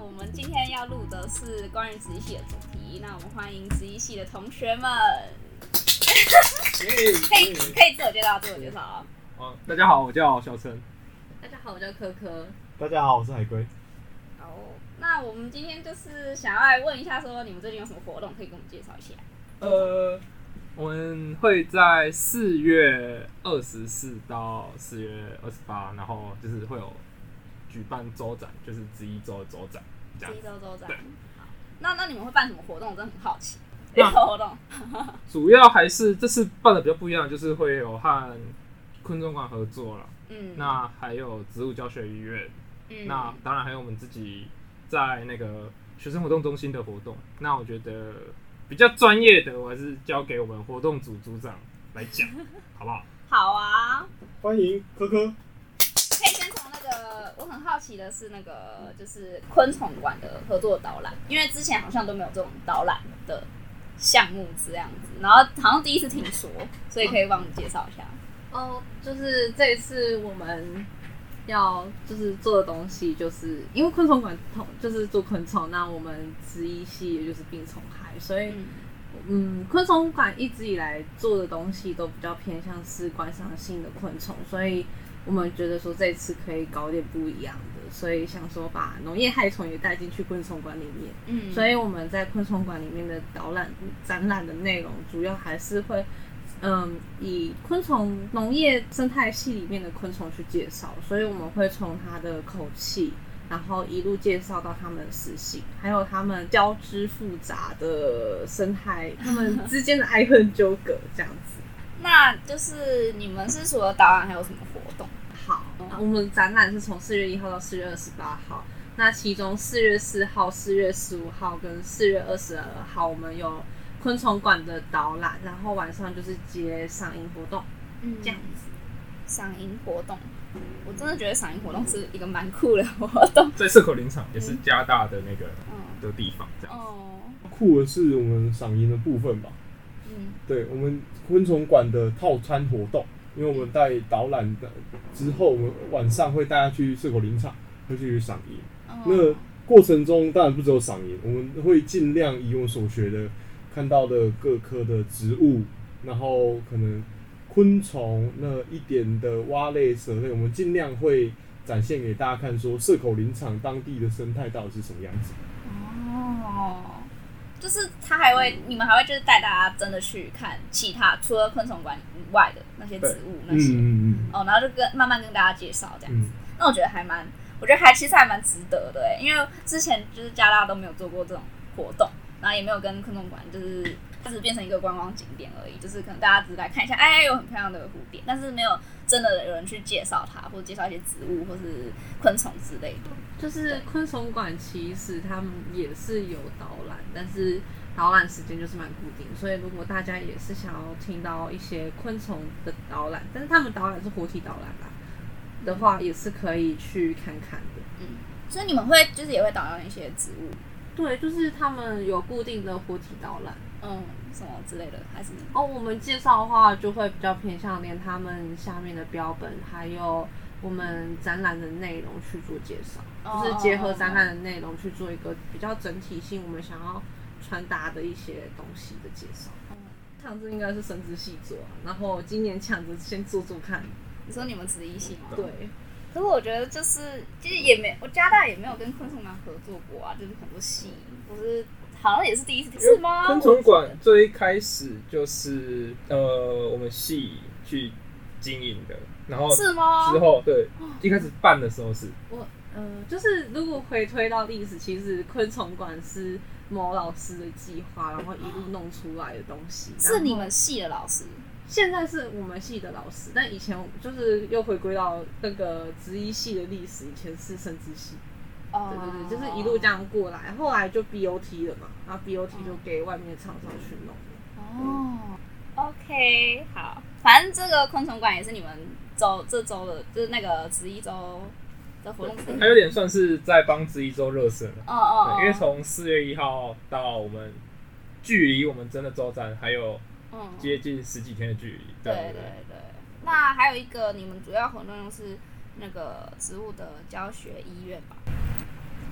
我们今天要录的是关于子系的主题，那我们欢迎子系的同学们，嗯可以可以自我介绍，自我介绍啊。哦，大家好，我叫小陈。大家好，我叫可可。大家好，我是海龟。嗯哦，那我们今天就是想要来问一下，说你们最近有什么活动可以给我们介绍一下？呃，我们会在四月二十四到四月二十八，然后就是会有举办周展，就是十一周的周展这样第一子。周周展对。好那那你们会办什么活动？我真的很好奇。那什么活动？主要还是这次办的比较不一样，就是会有和昆虫馆合作了，嗯，那还有植物教学医院，嗯那当然还有我们自己在那个学生活动中心的活动。那我觉得比较专业的，我还是交给我们活动组组长来 讲，好不好？好啊，欢迎科科。可以先从那个，我很好奇的是那个就是昆虫馆的合作导览，因为之前好像都没有这种导览的项目这样子，然后好像第一次听说，所以可以帮我们介绍一下。哦，就是这一次我们要就是做的东西，就是因为昆虫馆同就是做昆虫，那我们之一系也就是病虫害，所以嗯嗯，昆虫馆一直以来做的东西都比较偏向是观赏性的昆虫，所以我们觉得说这次可以搞点不一样的，所以想说把农业害虫也带进去昆虫馆里面。嗯所以我们在昆虫馆里面的导览展览的内容，主要还是会，嗯，以昆虫农业生态系里面的昆虫去介绍，所以我们会从它的口气，然后一路介绍到它们的食性，还有它们交织复杂的生态，它们之间的爱恨纠葛这样子。那就是你们是除了导览还有什么活动？好，我们展览是从四月一号到四月二十八号。那其中四月四号、四月十五号跟四月二十二号，我们有昆虫馆的导览，然后晚上就是接赏樱活动。嗯这样子。赏樱活动，我真的觉得赏樱活动是一个蛮酷的活动。在社口林场也是加大的那个嗯，的地方，这样。哦，酷的是我们赏银的部分吧？嗯对，我们昆虫馆的套餐活动，因为我们带导览的之后，我们晚上会带他去社口林场，会去赏银。哦那过程中当然不只有赏银，我们会尽量以我所学的看到的各科的植物，然后可能昆虫那一点的蛙类、蛇类，我们尽量会展现给大家看，说社口林场当地的生态到底是什么样子。哦，就是他还会，你们还会就是带大家真的去看其他除了昆虫馆以外的那些植物那些，嗯嗯哦，然后就跟慢慢跟大家介绍这样。嗯那我觉得还蛮，我觉得还其实还蛮值得的欸，因为之前就是加拿大都没有做过这种活动，然后也没有跟昆虫馆就是。它只是变成一个观光景点而已，就是可能大家只是来看一下，哎，有很漂亮的蝴蝶，但是没有真的有人去介绍它，或者介绍一些植物或是昆虫之类的。就是昆虫馆其实他们也是有导览，但是导览时间就是蛮固定，所以如果大家也是想要听到一些昆虫的导览，但是他们导览是活体导览啦的话，也是可以去看看的。所以你们会就是也会导到一些植物对，就是他们有固定的活体导览。嗯，什么之类的，还是哦，我们介绍的话就会比较偏向连他们下面的标本，还有我们展览的内容去做介绍，哦就是结合展览的内容去做一个比较整体性，我们想要传达的一些东西的介绍。强嗯子应该是生殖系做啊，然后今年抢着先做做看。你说你们只一系吗？对，哦可是我觉得就是其实也没，我加拿大也没有跟昆虫馆合作过啊，就是很多系，我是好像也是第一次听，是吗？昆虫馆最开始就是呃我们系去经营的，然后之是吗？后对一开始办的时候是我呃，就是如果回推到历史，其实昆虫馆是某老师的计划，然后一路弄出来的东西。然后是你们系的老师现在是我们系的老师，但以前就是又回归到那个职一系的历史，以前是生殖系，哦对对对，就是一路这样过来，后来就 BOT 了嘛，然后 BOT 就给外面的厂商去弄。哦。OK，好，反正这个昆虫馆也是你们周这周的，就是那个十一周的活动哦是。它有点算是在帮这一周热身了。哦哦，对，因为从四月一号到我们距离我们真的周展还有嗯接近十几天的距离。对对对。那还有一个，你们主要活动是那个植物的教学医院吧？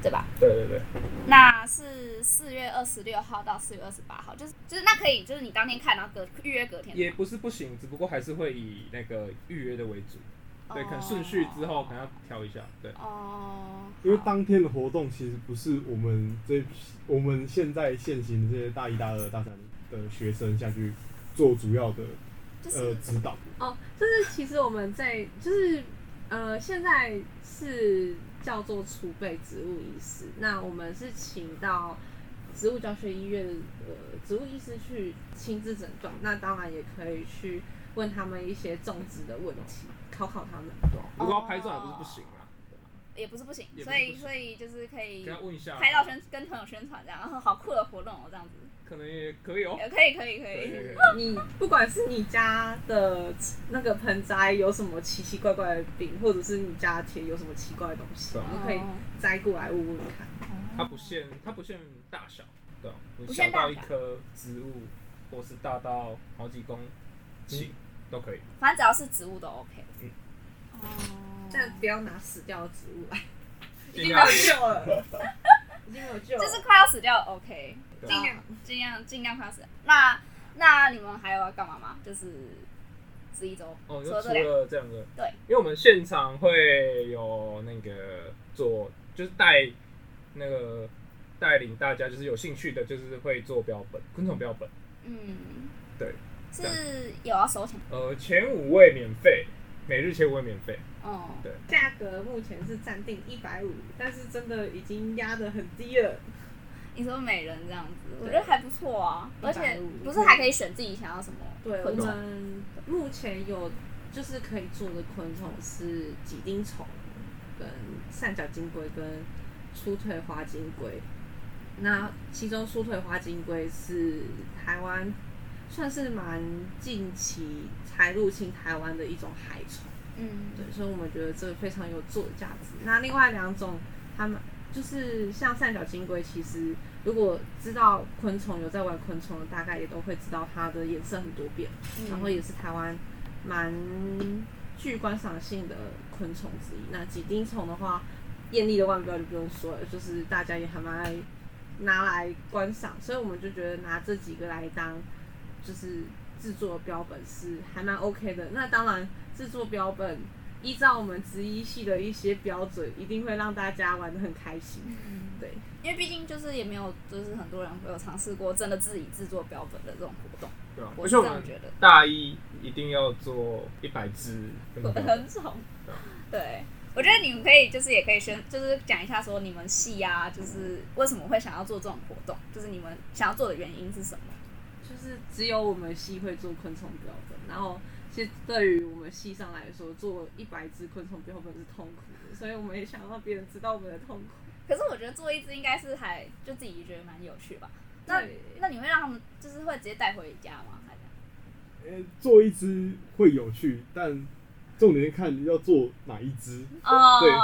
对吧？对对对，那是四月二十六号到四月二十八号，就是就是那可以，就是你当天看，然后隔预约隔天也不是不行，只不过还是会以那个预约的为主。对，可能顺序之后可能要调一下。对，哦，因为好当天的活动其实不是我们这批我们现在现行的这些大一、大二、大三的学生下去做主要的就是、呃指导。哦，就是其实我们在就是呃，现在是叫做储备植物医师。那我们是请到植物教学医院的呃植物医师去亲自诊断，那当然也可以去问他们一些种植的问题，考考他们。对啊如果要拍照也不是不行啊，也不是不行，也不是所以不行所以就是可以给他问一下，拍照宣跟朋友宣传这样，然后好酷的活动哦，这样子，可能也可以哦。也可以可以可对对以，对你不管是你家的那个盆栽有什么奇奇怪怪的病，或者是你家田有什么奇怪的东西，对啊你可以嗯摘过来问问看。它不限，它不限大小，对啊，你不小限大到小一棵植物，或是大到好几公顷都可以。反正只要是植物都 OK。嗯哦，但不要拿死掉的植物来，已尽经没量有救了，已经没有救了。就是快要死掉了 OK，对尽量尽量尽量快要死掉。那那你们还有要干嘛吗？就是十一周，哦，除就了除这两个，了这两个，对，因为我们现场会有那个做，就是带那个带领大家，就是有兴趣的，就是会做标本，昆虫标本。嗯，对，这样是有要收钱，呃，前五位免费，每日前五位免费。哦，价格目前是暂定一百五，但是真的已经压得很低了。你说美人这样子，我对觉得还不错啊，而且150不是还可以选自己想要什么对，我昆虫，们目前有就是可以做的昆虫是几丁虫、跟三角金龟、跟粗腿花金龟。那其中粗腿花金龟是台湾算是蛮近期才入侵台湾的一种海虫。嗯，对，所以我们觉得这个非常有作价值。那另外两种，他们就是像三角金龟，其实如果知道昆虫有在玩昆虫的，大概也都会知道它的颜色很多变，嗯然后也是台湾蛮具观赏性的昆虫之一。那几丁虫的话，艳丽的外表就不用说了，就是大家也还蛮爱拿来观赏，所以我们就觉得拿这几个来当就是制作标本是还蛮 OK 的。那当然，制作标本依照我们职一系的一些标准，一定会让大家玩的很开心。对，因为毕竟就是也没有，就是很多人没有尝试过真的自己制作标本的这种活动，对吧？我而是且我这样们觉得，大一一定要做一百只昆虫标本， 很丑对啊。对，我觉得你们可以就是也可以先就是讲一下说你们系啊，就是为什么会想要做这种活动，就是你们想要做的原因是什么？就是只有我们系会做昆虫标本，然后其实对于我们系上来说，做一百只昆虫标本是痛苦的，所以我们也想让别人知道我们的痛苦。可是我觉得做一只应该是还就自己觉得蛮有趣吧。那对那你会让他们就是会直接带回家吗？还是呃，做一只会有趣，但重点是看你要做哪一只。哦对因为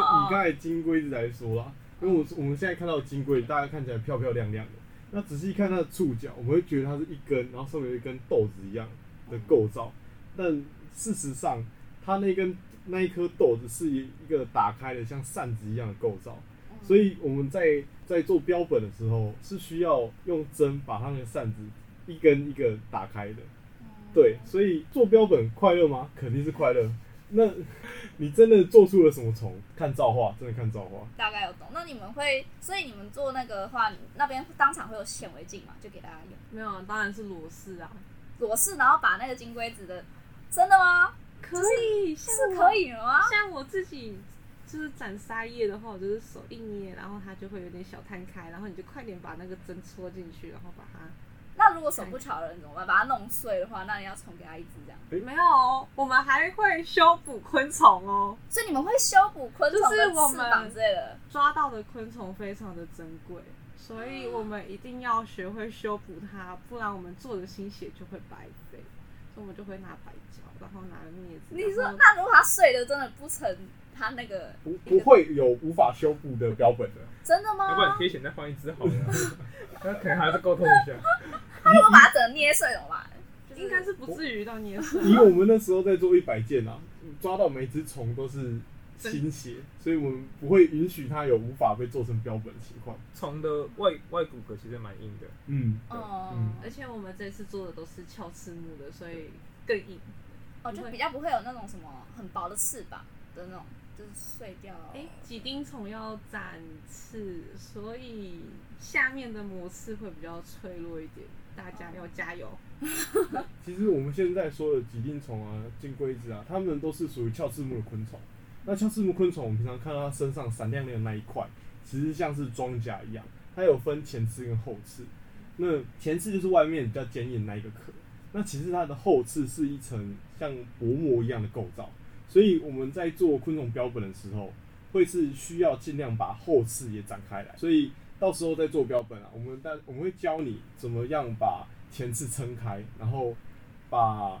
以哦，刚才金龟子来说啦，因为我我们现在看到的金龟，大家看起来漂漂亮亮的，那仔细看它的触角，我们会觉得它是一根，然后上面有一根豆子一样的构造，但事实上，它那根那一颗豆子是一个打开的像扇子一样的构造，嗯所以我们在在做标本的时候是需要用针把它那个扇子一根一个打开的。嗯对，所以做标本快乐吗？肯定是快乐。那 你真的做出了什么虫？看造化，真的看造化。大概有懂。那你们会，所以你们做那个的话，你那边当场会有显微镜嘛，就给大家用没有，啊，当然是裸视啊，裸视，然后把那个金龟子的，真的吗？可以是可。以的吗？像我自己就是展沙叶的话，我就是手一捏，然后它就会有点小摊开，然后你就快点把那个针戳进去，然后把它。那如果手不巧的人怎么办？把它弄碎的话，那你要重给他一只这样。没有哦，我们还会修补昆虫哦，所以你们会修补昆虫就是的我翅们膀之类的。抓到的昆虫非常的珍贵，所以我们一定要学会修补它，不然我们做的心血就会白费。所以我们就会拿白胶，然后拿镊子。你说然，后那如果它碎的真的不成，它那个不不会有无法修复的标本的。真的吗？要不然贴钱再换一只 好了。那可能还是沟通一下。如果把它整个捏碎怎么办？就是应该是不至于到捏碎。以我们那时候在做一百件啊，抓到每只虫都是倾斜，所以我们不会允许它有无法被做成标本的情况。虫的外外骨骼其实蛮硬的，嗯，哦嗯， 而且我们这次做的都是鞘翅目的，所以更硬。哦，就比较不会有那种什么很薄的翅膀的那种，就是碎掉。哎、几丁虫要展翅，所以下面的膜翅会比较脆弱一点，大家要加油。其实我们现在说的几定虫啊、金龟子啊，它们都是属于鞘翅目的昆虫。那鞘翅目昆虫，我们平常看到它身上闪亮亮的那一块，其实像是装甲一样，它有分前翅跟后翅。那前翅就是外面比较坚硬的那一个壳，那其实它的后翅是一层像薄膜一样的构造。所以我们在做昆虫标本的时候，会是需要尽量把后翅也展开来。所以到时候在做标本啊，我们但我们会教你怎么样把前翅撑开，然后把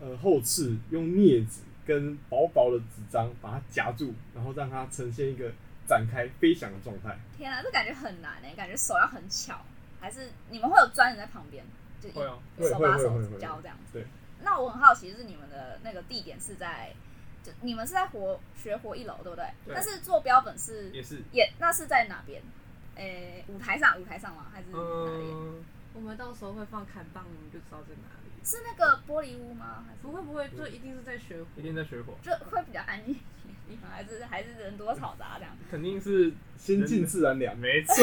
呃后翅用镊子跟薄薄的纸张把它夹住，然后让它呈现一个展开飞翔的状态。天啊，这感觉很难哎、感觉手要很巧，还是你们会有专人在旁边，就一会啊会手把会手会会教这样子。对。那我很好奇，就是你们的那个地点是在，就你们是在活学活一楼对不对？对但是做标本是也是，也那是在哪边？诶、舞台上舞台上吗？还是哪里？嗯，我们到时候会放砍棒，我们就知道在哪里。是那个玻璃屋吗？还是不会不会，就一定是在学一定在水火，就会比较安静一点的地方，还是还是人多嘈杂这样？肯定 是先进自然凉，没错。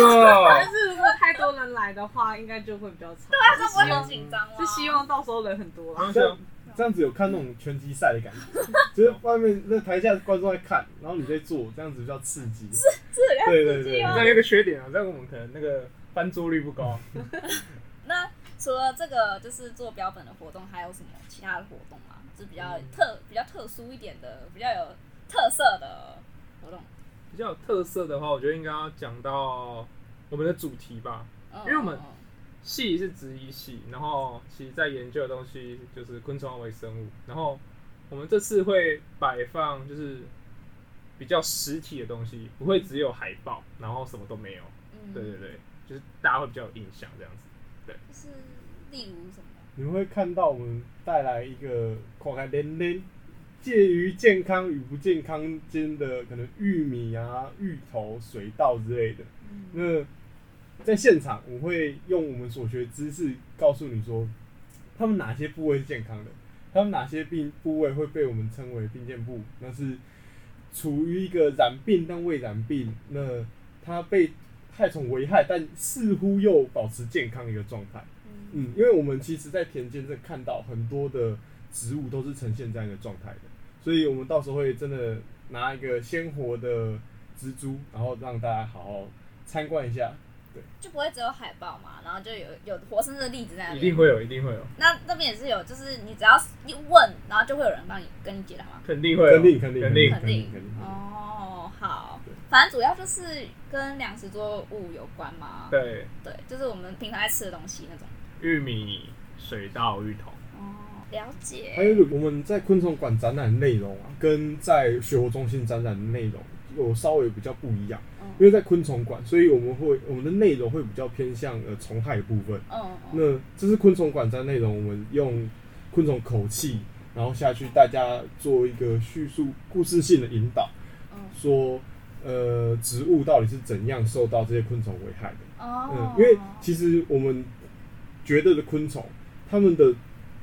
但是如果太多人来的话，应该就会比较吵。大家不会很紧张吗？是希望到时候人很多啦。方向这样子有看那种拳击赛的感觉， 就是外面那台下观众在看，然后你在做，这样子比较刺激。 是人家对对刺激哦对吗这样有一个缺点啊，但我们可能那个翻桌率不高。那除了这个就是做标本的活动，还有什么其他的活动吗？就是比较特、比较特殊一点的、比较有特色的活动。比较有特色的话，我觉得应该要讲到我们的主题吧。嗯、因为我们系是植医系，然后其实在研究的东西就是昆虫和微生物。然后我们这次会摆放就是比较实体的东西，不会只有海报，然后什么都没有。嗯，对对对，就是大家会比较有印象这样子。就是例如什么？你们会看到我们带来一个口才连连，介于健康与不健康间的可能玉米啊、芋头、水稻之类的。那在现场，我会用我们所学知识告诉你说，他们哪些部位是健康的，他们哪些病部位会被我们称为病健部，那是处于一个染病但未染病，那它被害虫危害，但似乎又保持健康的一个状态。嗯，嗯，因为我们其实，在田间这看到很多的植物都是呈现这样一个状态的，所以我们到时候会真的拿一个鲜活的蜘蛛，然后让大家好好参观一下。就不会只有海报嘛，然后就有有活生生的例子在那一边。定会有，一定会有，那那边也是有，就是你只要一问，然后就会有人帮你跟你解答吗？肯定会有，肯定，肯定，肯定，定肯肯定，定肯定。哦，好对，反正主要就是跟粮食作物有关嘛。对，对，就是我们平常在吃的东西那种。玉米、水稻、芋头。哦，了解。还有我们在昆虫馆展览内容啊，跟在学活中心展览的内容有稍微比较不一样，嗯因为在昆虫馆，所以我们会我们的内容会比较偏向呃虫害的部分。嗯嗯那这是昆虫馆站内容，我们用昆虫口气，然后下去大家做一个叙述故事性的引导，嗯说呃植物到底是怎样受到这些昆虫危害的。嗯哦，，因为其实我们觉得的昆虫，它们的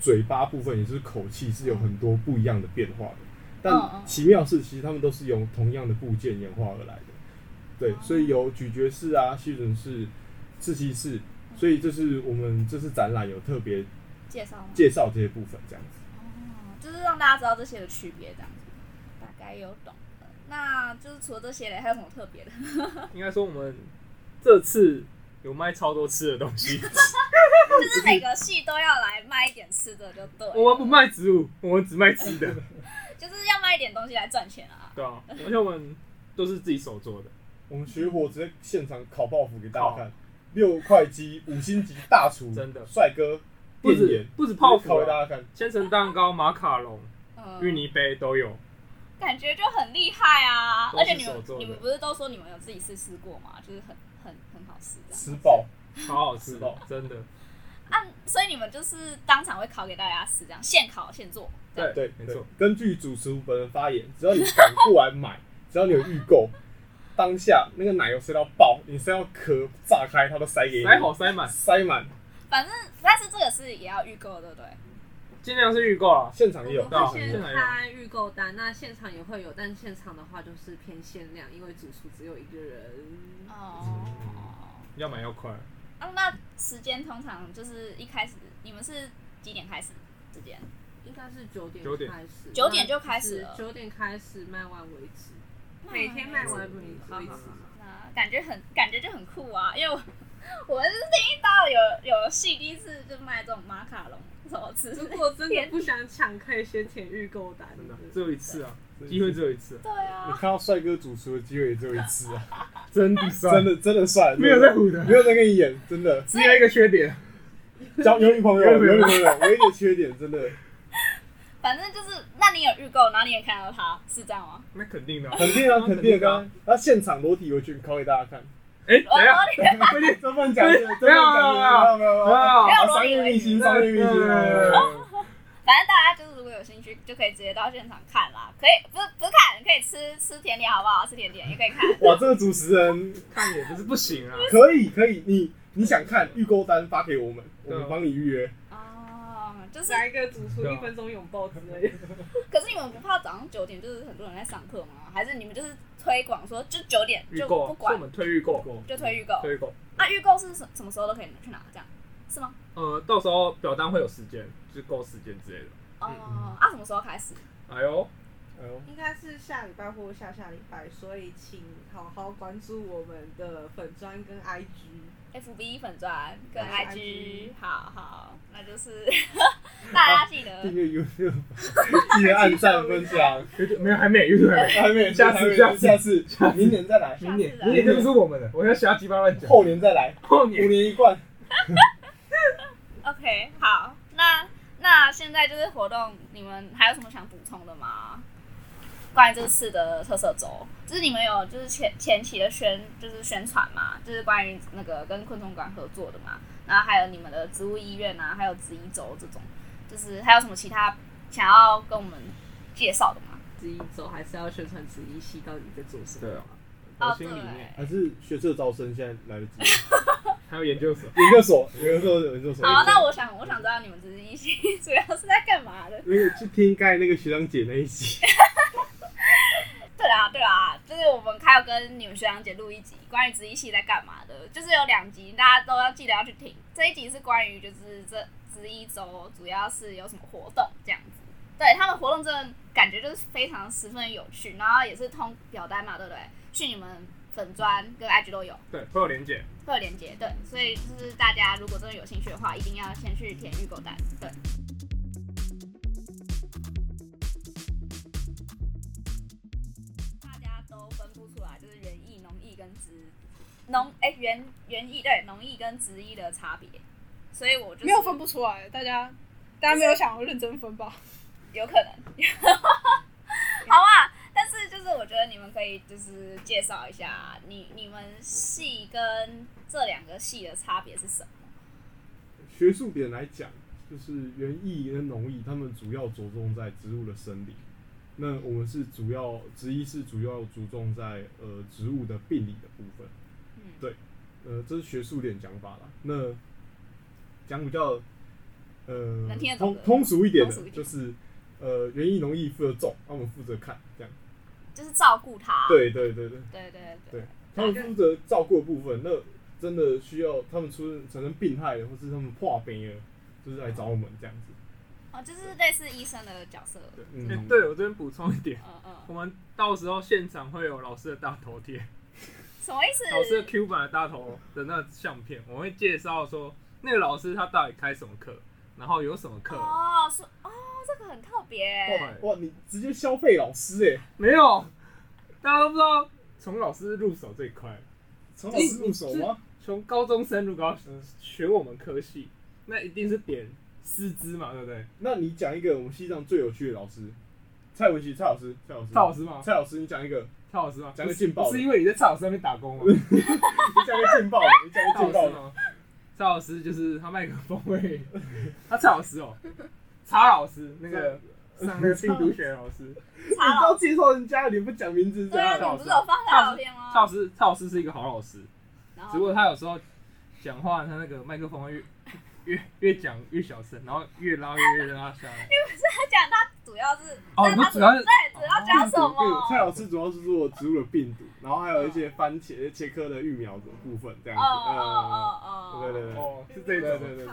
嘴巴部分也就是口气是有很多不一样的变化的，嗯嗯但奇妙是其实它们都是由同样的部件演化而来的。对哦，所以有咀嚼式啊、吸吮式、刺激式，所以这是我们这次展览有特别介绍吗？介绍这些部分这样子。哦，就是让大家知道这些的区别，这样子大概有懂了。那就是除了这些嘞，还有什么特别的？ 应该说我们这次有卖超多吃的东西， 就是每个系都要来卖一点吃的，就对了。我们不卖植物，我们只卖吃的，就是要卖一点东西来赚钱啊。对啊，而且我们都是自己手做的，我们学火直接现场烤泡芙给大家看，六块鸡，五星级大厨，真的帅哥，不店止员，不止泡芙烤给啊、大家看。千层蛋糕、马卡龙、嗯，芋泥杯都有，感觉就很厉害啊。都而是且你手做们你的们不是都说你们有自己试吃过吗？就是很很很好吃这样。吃饱，好好吃是吧，真的，啊，所以你们就是当场会烤给大家吃，这样现烤现做。对对，没错，对。根据主持人本人发言，只要你敢过来买，只要你有预购，当下那个奶油塞到爆，你塞到壳炸开，它都塞给你，塞好塞满，塞满，反正但是这个是也要预购，对不对？尽量是预购啊。现场也有我，到们啊会先现场有开预购单，那现场也会有，但现场的话就是偏限量，因为主厨只有一个人。哦。要买要快，啊，那时间通常就是一开始你们是几点开始？时间应该是九点九点开始，九点就开始了九点开始卖完为止，每天卖完为为止。 啊，感觉很感觉就很酷啊，因为我我是听到有有戏第一次就卖这种马卡龙什么 吃如的，果真的不想抢，可以先填预购单。真的只有一次啊，机会只有一次，对你啊，看到帅哥主持的机会也只有一次啊，真的真的真的帅，没有在唬的，没有在跟你演，真的只有一个缺点，交有女朋友，有有女朋友女朋友，唯一的缺点真的反正就是，那你有预购，然后你也看到它，是这样吗？那肯定的啊。肯定啊，肯定的的啊啊，他现场裸体围裙拷给大家看，哎，等一下，不是真不能讲，真不能没讲，没有没有没有没有，啊，没有商业明星，商业明星， 呃反正大家就是如果有兴趣，就可以直接到现场看啦。可以不是不是看，可以吃吃甜点好不好？吃甜点也可以看。 哇，这个主持人看也不是不行啊。可以可以，你你想看预购单发给我们，我们帮你预约。哦，就是，来一个主啊厨一分钟拥抱之类的，可是你们不怕早上九点就是很多人在上课吗？还是你们就是推广说就九点预就购啊，不所以我管们推预购，就推预购？推预购。那预购是什什么时候都可以去拿？这样是吗？呃，到时候表单会有时间，就是够时间之类的。哦，啊，什么时候开始？哎呦，哎呦应该是下礼拜或下下礼拜，所以请好好关注我们的粉砖跟 IG。 FB 粉砖跟还 IG，是好好，那就是 大家记哦得订阅 YouTube，记得按赞分享，有点没有还没有，有点还没还没，下次还没下次下次，明年再来，下明次年来明年就不是我们的，我要瞎鸡巴乱讲。后年再来，后五年一贯， OK，好，那那现在就是活动，你们还有什么想补充的吗？关于这次的特色周，就是你们有就是前前期的宣就是宣传嘛，就是关于那个跟昆虫馆合作的嘛，然后还有你们的植物医院啊，还有植医周这种，就是还有什么其他想要跟我们介绍的吗？十一周还是要宣传十一系到底在做什么？对啊，哦我，心里面还是学测招生现在来得及，还有研究所，研究所，研究所，研究所。好，那我想我想知道你们植医系 主要是在干嘛的？那个去听盖那个学长姐那一集，对啦，对啦，就是我们还有跟你们学长姐录一集关于职一系在干嘛的，就是有两集，大家都要记得要去听。这一集是关于就是这职一周主要是有什么活动这样子，对他们活动真的感觉就是非常十分有趣，然后也是通表单嘛，对不对？去你们粉砖跟 IG 都有对，会有连结。会有连接，对，所以就是大家如果真的有兴趣的话，一定要先去填预购单，对。大家都分不出来，就是园艺、农艺跟植农哎园园艺对农艺跟植艺的差别，所以我就是没有分不出来，大家大家没有想要认真分吧？有可能， 好啊。但是就是我觉得你们可以就是介绍一下你你们系跟这两个系的差别是什么？学术点来讲，就是园艺跟农艺，他们主要着重在植物的生理。那我们是主要，植医是主要着重在呃植物的病理的部分。嗯，对呃，这是学术点讲法啦。那讲比较呃能听得懂通的通俗一点的通俗一，点就是呃园艺农艺负责种，那、我们负责看这样。就是照顾他。对对对对，对对对对他们负责照顾的部分，那真的需要他们出产生病害了，或是他们破病了，就是来找我们这样子。哦，就是类似医生的角色。对，哎嗯，对我这边补充一点，嗯我嗯，们到时候现场会有老师的大头贴，什么意思？ 老师的 Q 版的大头的那个相片，我会介绍说那个老师他到底开什么课，然后有什么课。哦，是哦，这个很特别。对哇，你直接消费老师哎、没有，大家都不知道从老师入手最快，从老师入手吗？从高中生如果要嗯选我们科系，那一定是点师资嘛，对不对？那你讲一个我们系上最有趣的老师，蔡文琪，蔡老师，蔡老师，蔡老师吗蔡老师，你讲一个， 你蔡老师吗？讲个劲爆的不是因为你在蔡老师那边打工吗？讲一个劲爆的，你讲一个蔡 劲爆老师的，吗？蔡老 师就是他麦克风会，他蔡老师哦，查老师那个上 那个病毒学老师，差你老都介绍人家，你不讲名字这对啊，样，你不是有放他聊天吗蔡？老师，蔡老师是一个好老师，然哦只不后过他有时候讲话，他那个麦克风会越 越越讲越小声，然后越拉越越拉 下来。他讲他主要是，哦，但你他说主要是哦对主要讲病什毒 病毒么？蔡老师主要是做植物的病毒，然后还有一些番茄切科的育苗的部分这样哦哦子。呃，哦对哦，对对，哦，是这对对种，哦对对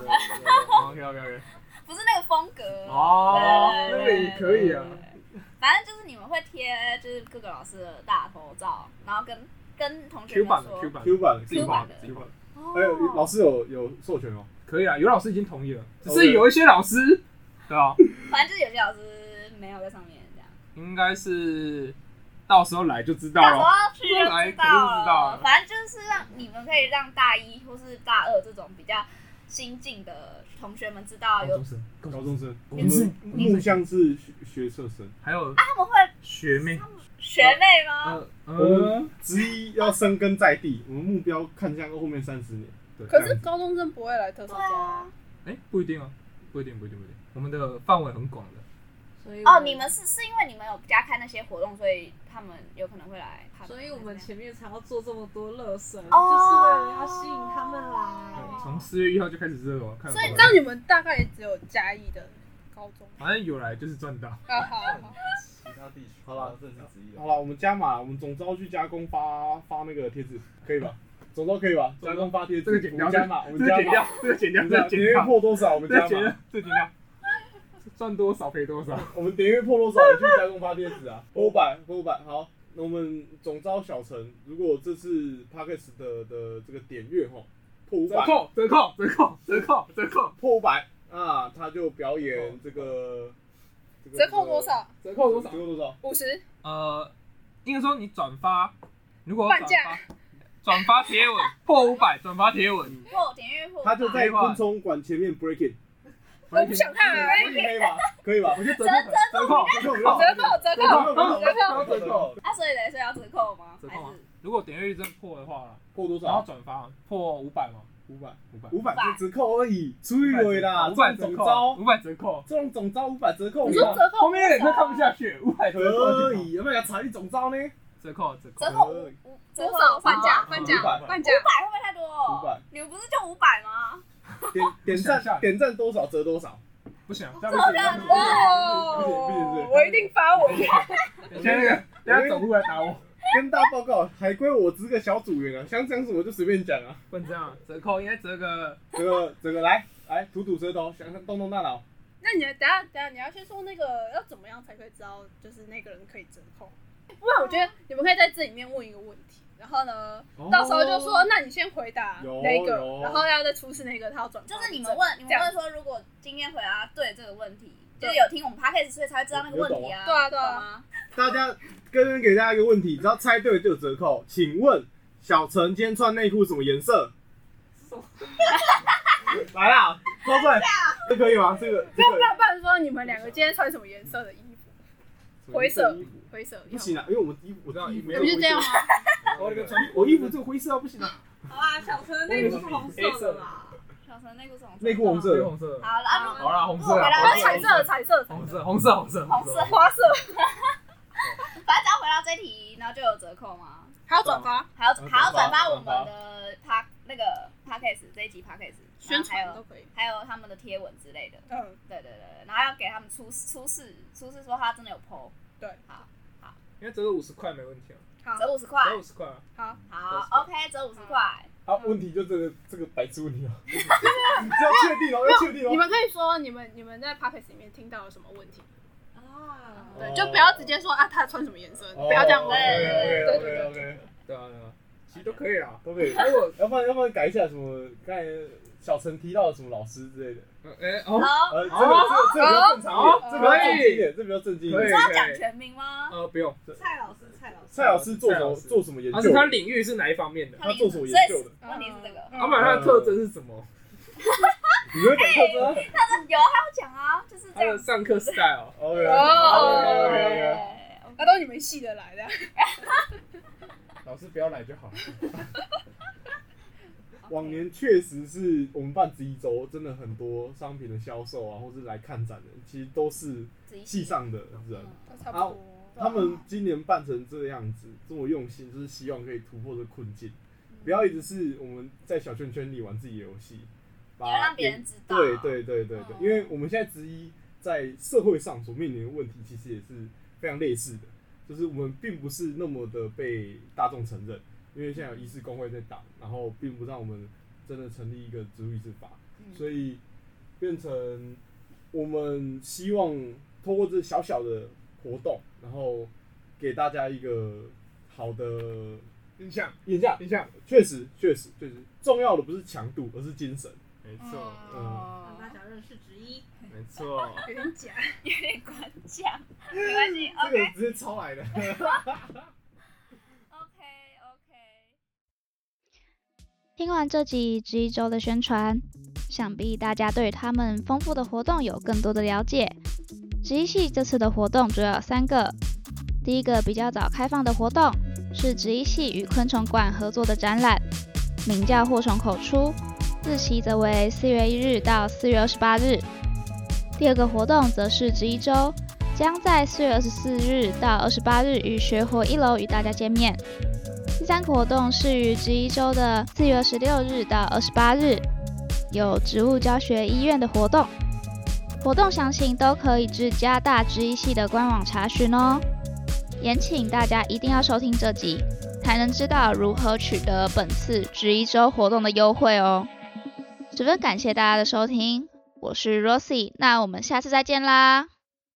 对。 OK OK OK，不是那个风格。哦，对那个也可以啊。。对对反正就是你们会贴，就是各个老师的大头照，然后跟跟同学 Q 们版说的 Q 版 Q 版 Q 版的 Q 版呃哎，哦，老师有有授权哦，可以啊，有老师已经同意了，只 OK 是有一些老师，对啊，反正就是有些老师没有在上面这样，应该是到时候来就知道到时了。候去就后来知肯定知道道了了。反正就是让你们可以让大一或是大二这种比较新进的同学们知道有，生、高高中生，我你是们木像是学学测生，还有他们会学妹，学妹吗？呃我呃，们执意要深耕在地，我们目标看向后面三十年。对，可这是样子高中生不会来特色周啊，哎，不一定啊，不一定，不一定，不一定，我们的范围很广的。所以哦我，你们是是因为你们有加开那些活动，所以他们有可能会来看。所以我们前面才要做这么多热身，哦就是为了要吸引他们来。从四月一号就开始热了，看有所以多少那你们大概也只有嘉义的高中反正有来就是赚到。啊，好好好其他地区好啦政治职业好。了，我们加码，我们总招去加工发发那个贴纸，可以吧？总招可以吧？总加招工发贴纸，这个剪掉我们加码，我这个们加剪码掉，，这个剪掉，我们这加个码点剪阅掉，破多少我们这个加剪码掉，，这个剪掉，赚多少赔多少。我们点阅破多少我们去加工发贴纸啊？五百，五百，好。那我们总招小陈，如果这次 p a c k e s 的的这个点阅吼破五折百，扣，折扣，折扣，折扣，折扣，破五百啊，他就表演这个这个折扣多？少？折扣多少折？扣多少？五十，呃，应该说你转发，如果半转价发转发贴文破五百，转发贴文，破点阅破，他就在昆虫馆前面 break it，我不想看啊！可以吧？可以吧？ 我就折扣折扣折扣折扣折扣折扣，折扣折扣啊，所以等于说要折扣吗？折还扣吗是？如果点阅率真破的话，破多然后少？转发破五百嘛，五百，啊五百五百是折扣而已，出去啦，五百这种折总扣，啊招，五百折扣，这种总招五百折扣，你说折扣后面有点快看不下去，五百折扣可以，要不要查一总招呢？折扣折扣折扣五五折多扣少？啊半价，半五价，百半价，五百会不会太多？五500，你们不是就五百吗？点点我想一下赞点赞多少折多少，不行，这样不行这啊样不行，哦，我一定发我的。等一下那个等一下总部来打我，跟大家报告，海归我只是个小组员啊，想讲什么就随便讲啊，不能这样，折扣应该折个这个这个来来吐吐舌头，想想动动大脑，那你等下等下你要先说那个要怎么样才可以知道，就是那个人可以折扣。不然我觉得你们可以在这里面问一个问题，然后呢，到时候就说，那你先回答有那个有，然后要再出示那个，他要转发。就是你们问，你们问说，如果今天回答对这个问题，就是有听我们 podcast，所以才会知道那个问题啊。对啊对懂啊，吗？大家跟给大家一个问题，只要猜对就有折扣。请问小陈今天穿内裤什么颜色？来啦，说对，这可以吗？这个这不个然不然说你们两个今天穿什么颜色的衣服？灰色，灰色。不行啊，因为我们衣服我这样衣服没有不灰是色这样啊吗？我哦那个穿我衣服这个灰色啊不行啊，好啦，小陈的内裤是红色的啦，小陈内裤什么？内裤黑红色，红色，好了，啊如果好啦，红如色果回啦，答啊，对彩色，彩色，彩红色，色红色红色红色，花 色，反正只要回答这题，然后就有折扣吗？还要转发，还要转还要转发我转们发的 p 那个 podcast 这一集 podcast 宣然传后都可以。还有还有他们的贴文之类的。嗯，对对对，对然后要给他们出出示出示说他真的有 PO，对，好，因为折个五十块没问题啊，好，折五十块，折五十块啊，好，好，OK，折五十块，好，问题就这个这个白痴问题啊，你要确定哦，要确定你哦，们可以说你们你们在 p o c k e t 里面听到有什么问题？哦啊，对，就不要直接说啊，他穿什么颜色，哦不要这样问。 OK 对对 OK 对 OK，对啊对啊，其实都可以啦。哎都可以。如果要不然要不然改一下什么？刚才小陈提到的什么老师之类的。哎好，哦，啊呃，这个这个这个比较正常一点，这比较正经一点，这比较正经一可以点。要可讲以，全名吗？呃不用，蔡老师，蔡老师，蔡老师做什么做什么研而究是？他领域是哪一方面的？啊他做什所么以研究的？问题是这嗯个，他们他的特征是什么？你会 讲特征啊但是有啊，他有讲啊，就是这他样的子。上课 style， ？OK 哦 OK 那啊都是你们系的来的。老师不要来就好了。往年确实是我们办这一周，真的很多商品的销售啊，或是来看展的，其实都是自己系上的人。嗯都差不多。他们今年办成这样子，这么用心，就是希望可以突破这困境，嗯不要一直是我们在小圈圈里玩自己的游戏，把你要啊让别人知道对对对对对，嗯因为我们现在之一在社会上所面临的问题，其实也是非常类似的，就是我们并不是那么的被大众承认，因为现在有医师工会在打，然后并不让我们真的成立一个植物医师法，嗯所以变成我们希望通过这小小的活动，然后给大家一个好的印象印象。印象，确实，确实，确实，重要的不是强度，而是精神。没错嗯哦让大家认识之一。没错，有点假，有点关讲，没关系哦这，OK 个直接抄来的。 OK OK。听完这集这一周的宣传，想必大家对他们丰富的活动有更多的了解。十一系这次的活动主要有三个，第一个比较早开放的活动是十一系与昆虫馆合作的展览，名叫《祸从口出》，日期则为四月一日到四月二十八日。第二个活动则是十一周，将在四月二十四日到二十八日于学活一楼与大家见面。第三个活动是于十一周的四月十六日到二十八日，有植物教学医院的活动。活动详情都可以至加大植医系的官网查询哦。也请大家一定要收听这集，才能知道如何取得本次植一周活动的优惠哦。十分感谢大家的收听，我是 Rosie，那我们下次再见啦。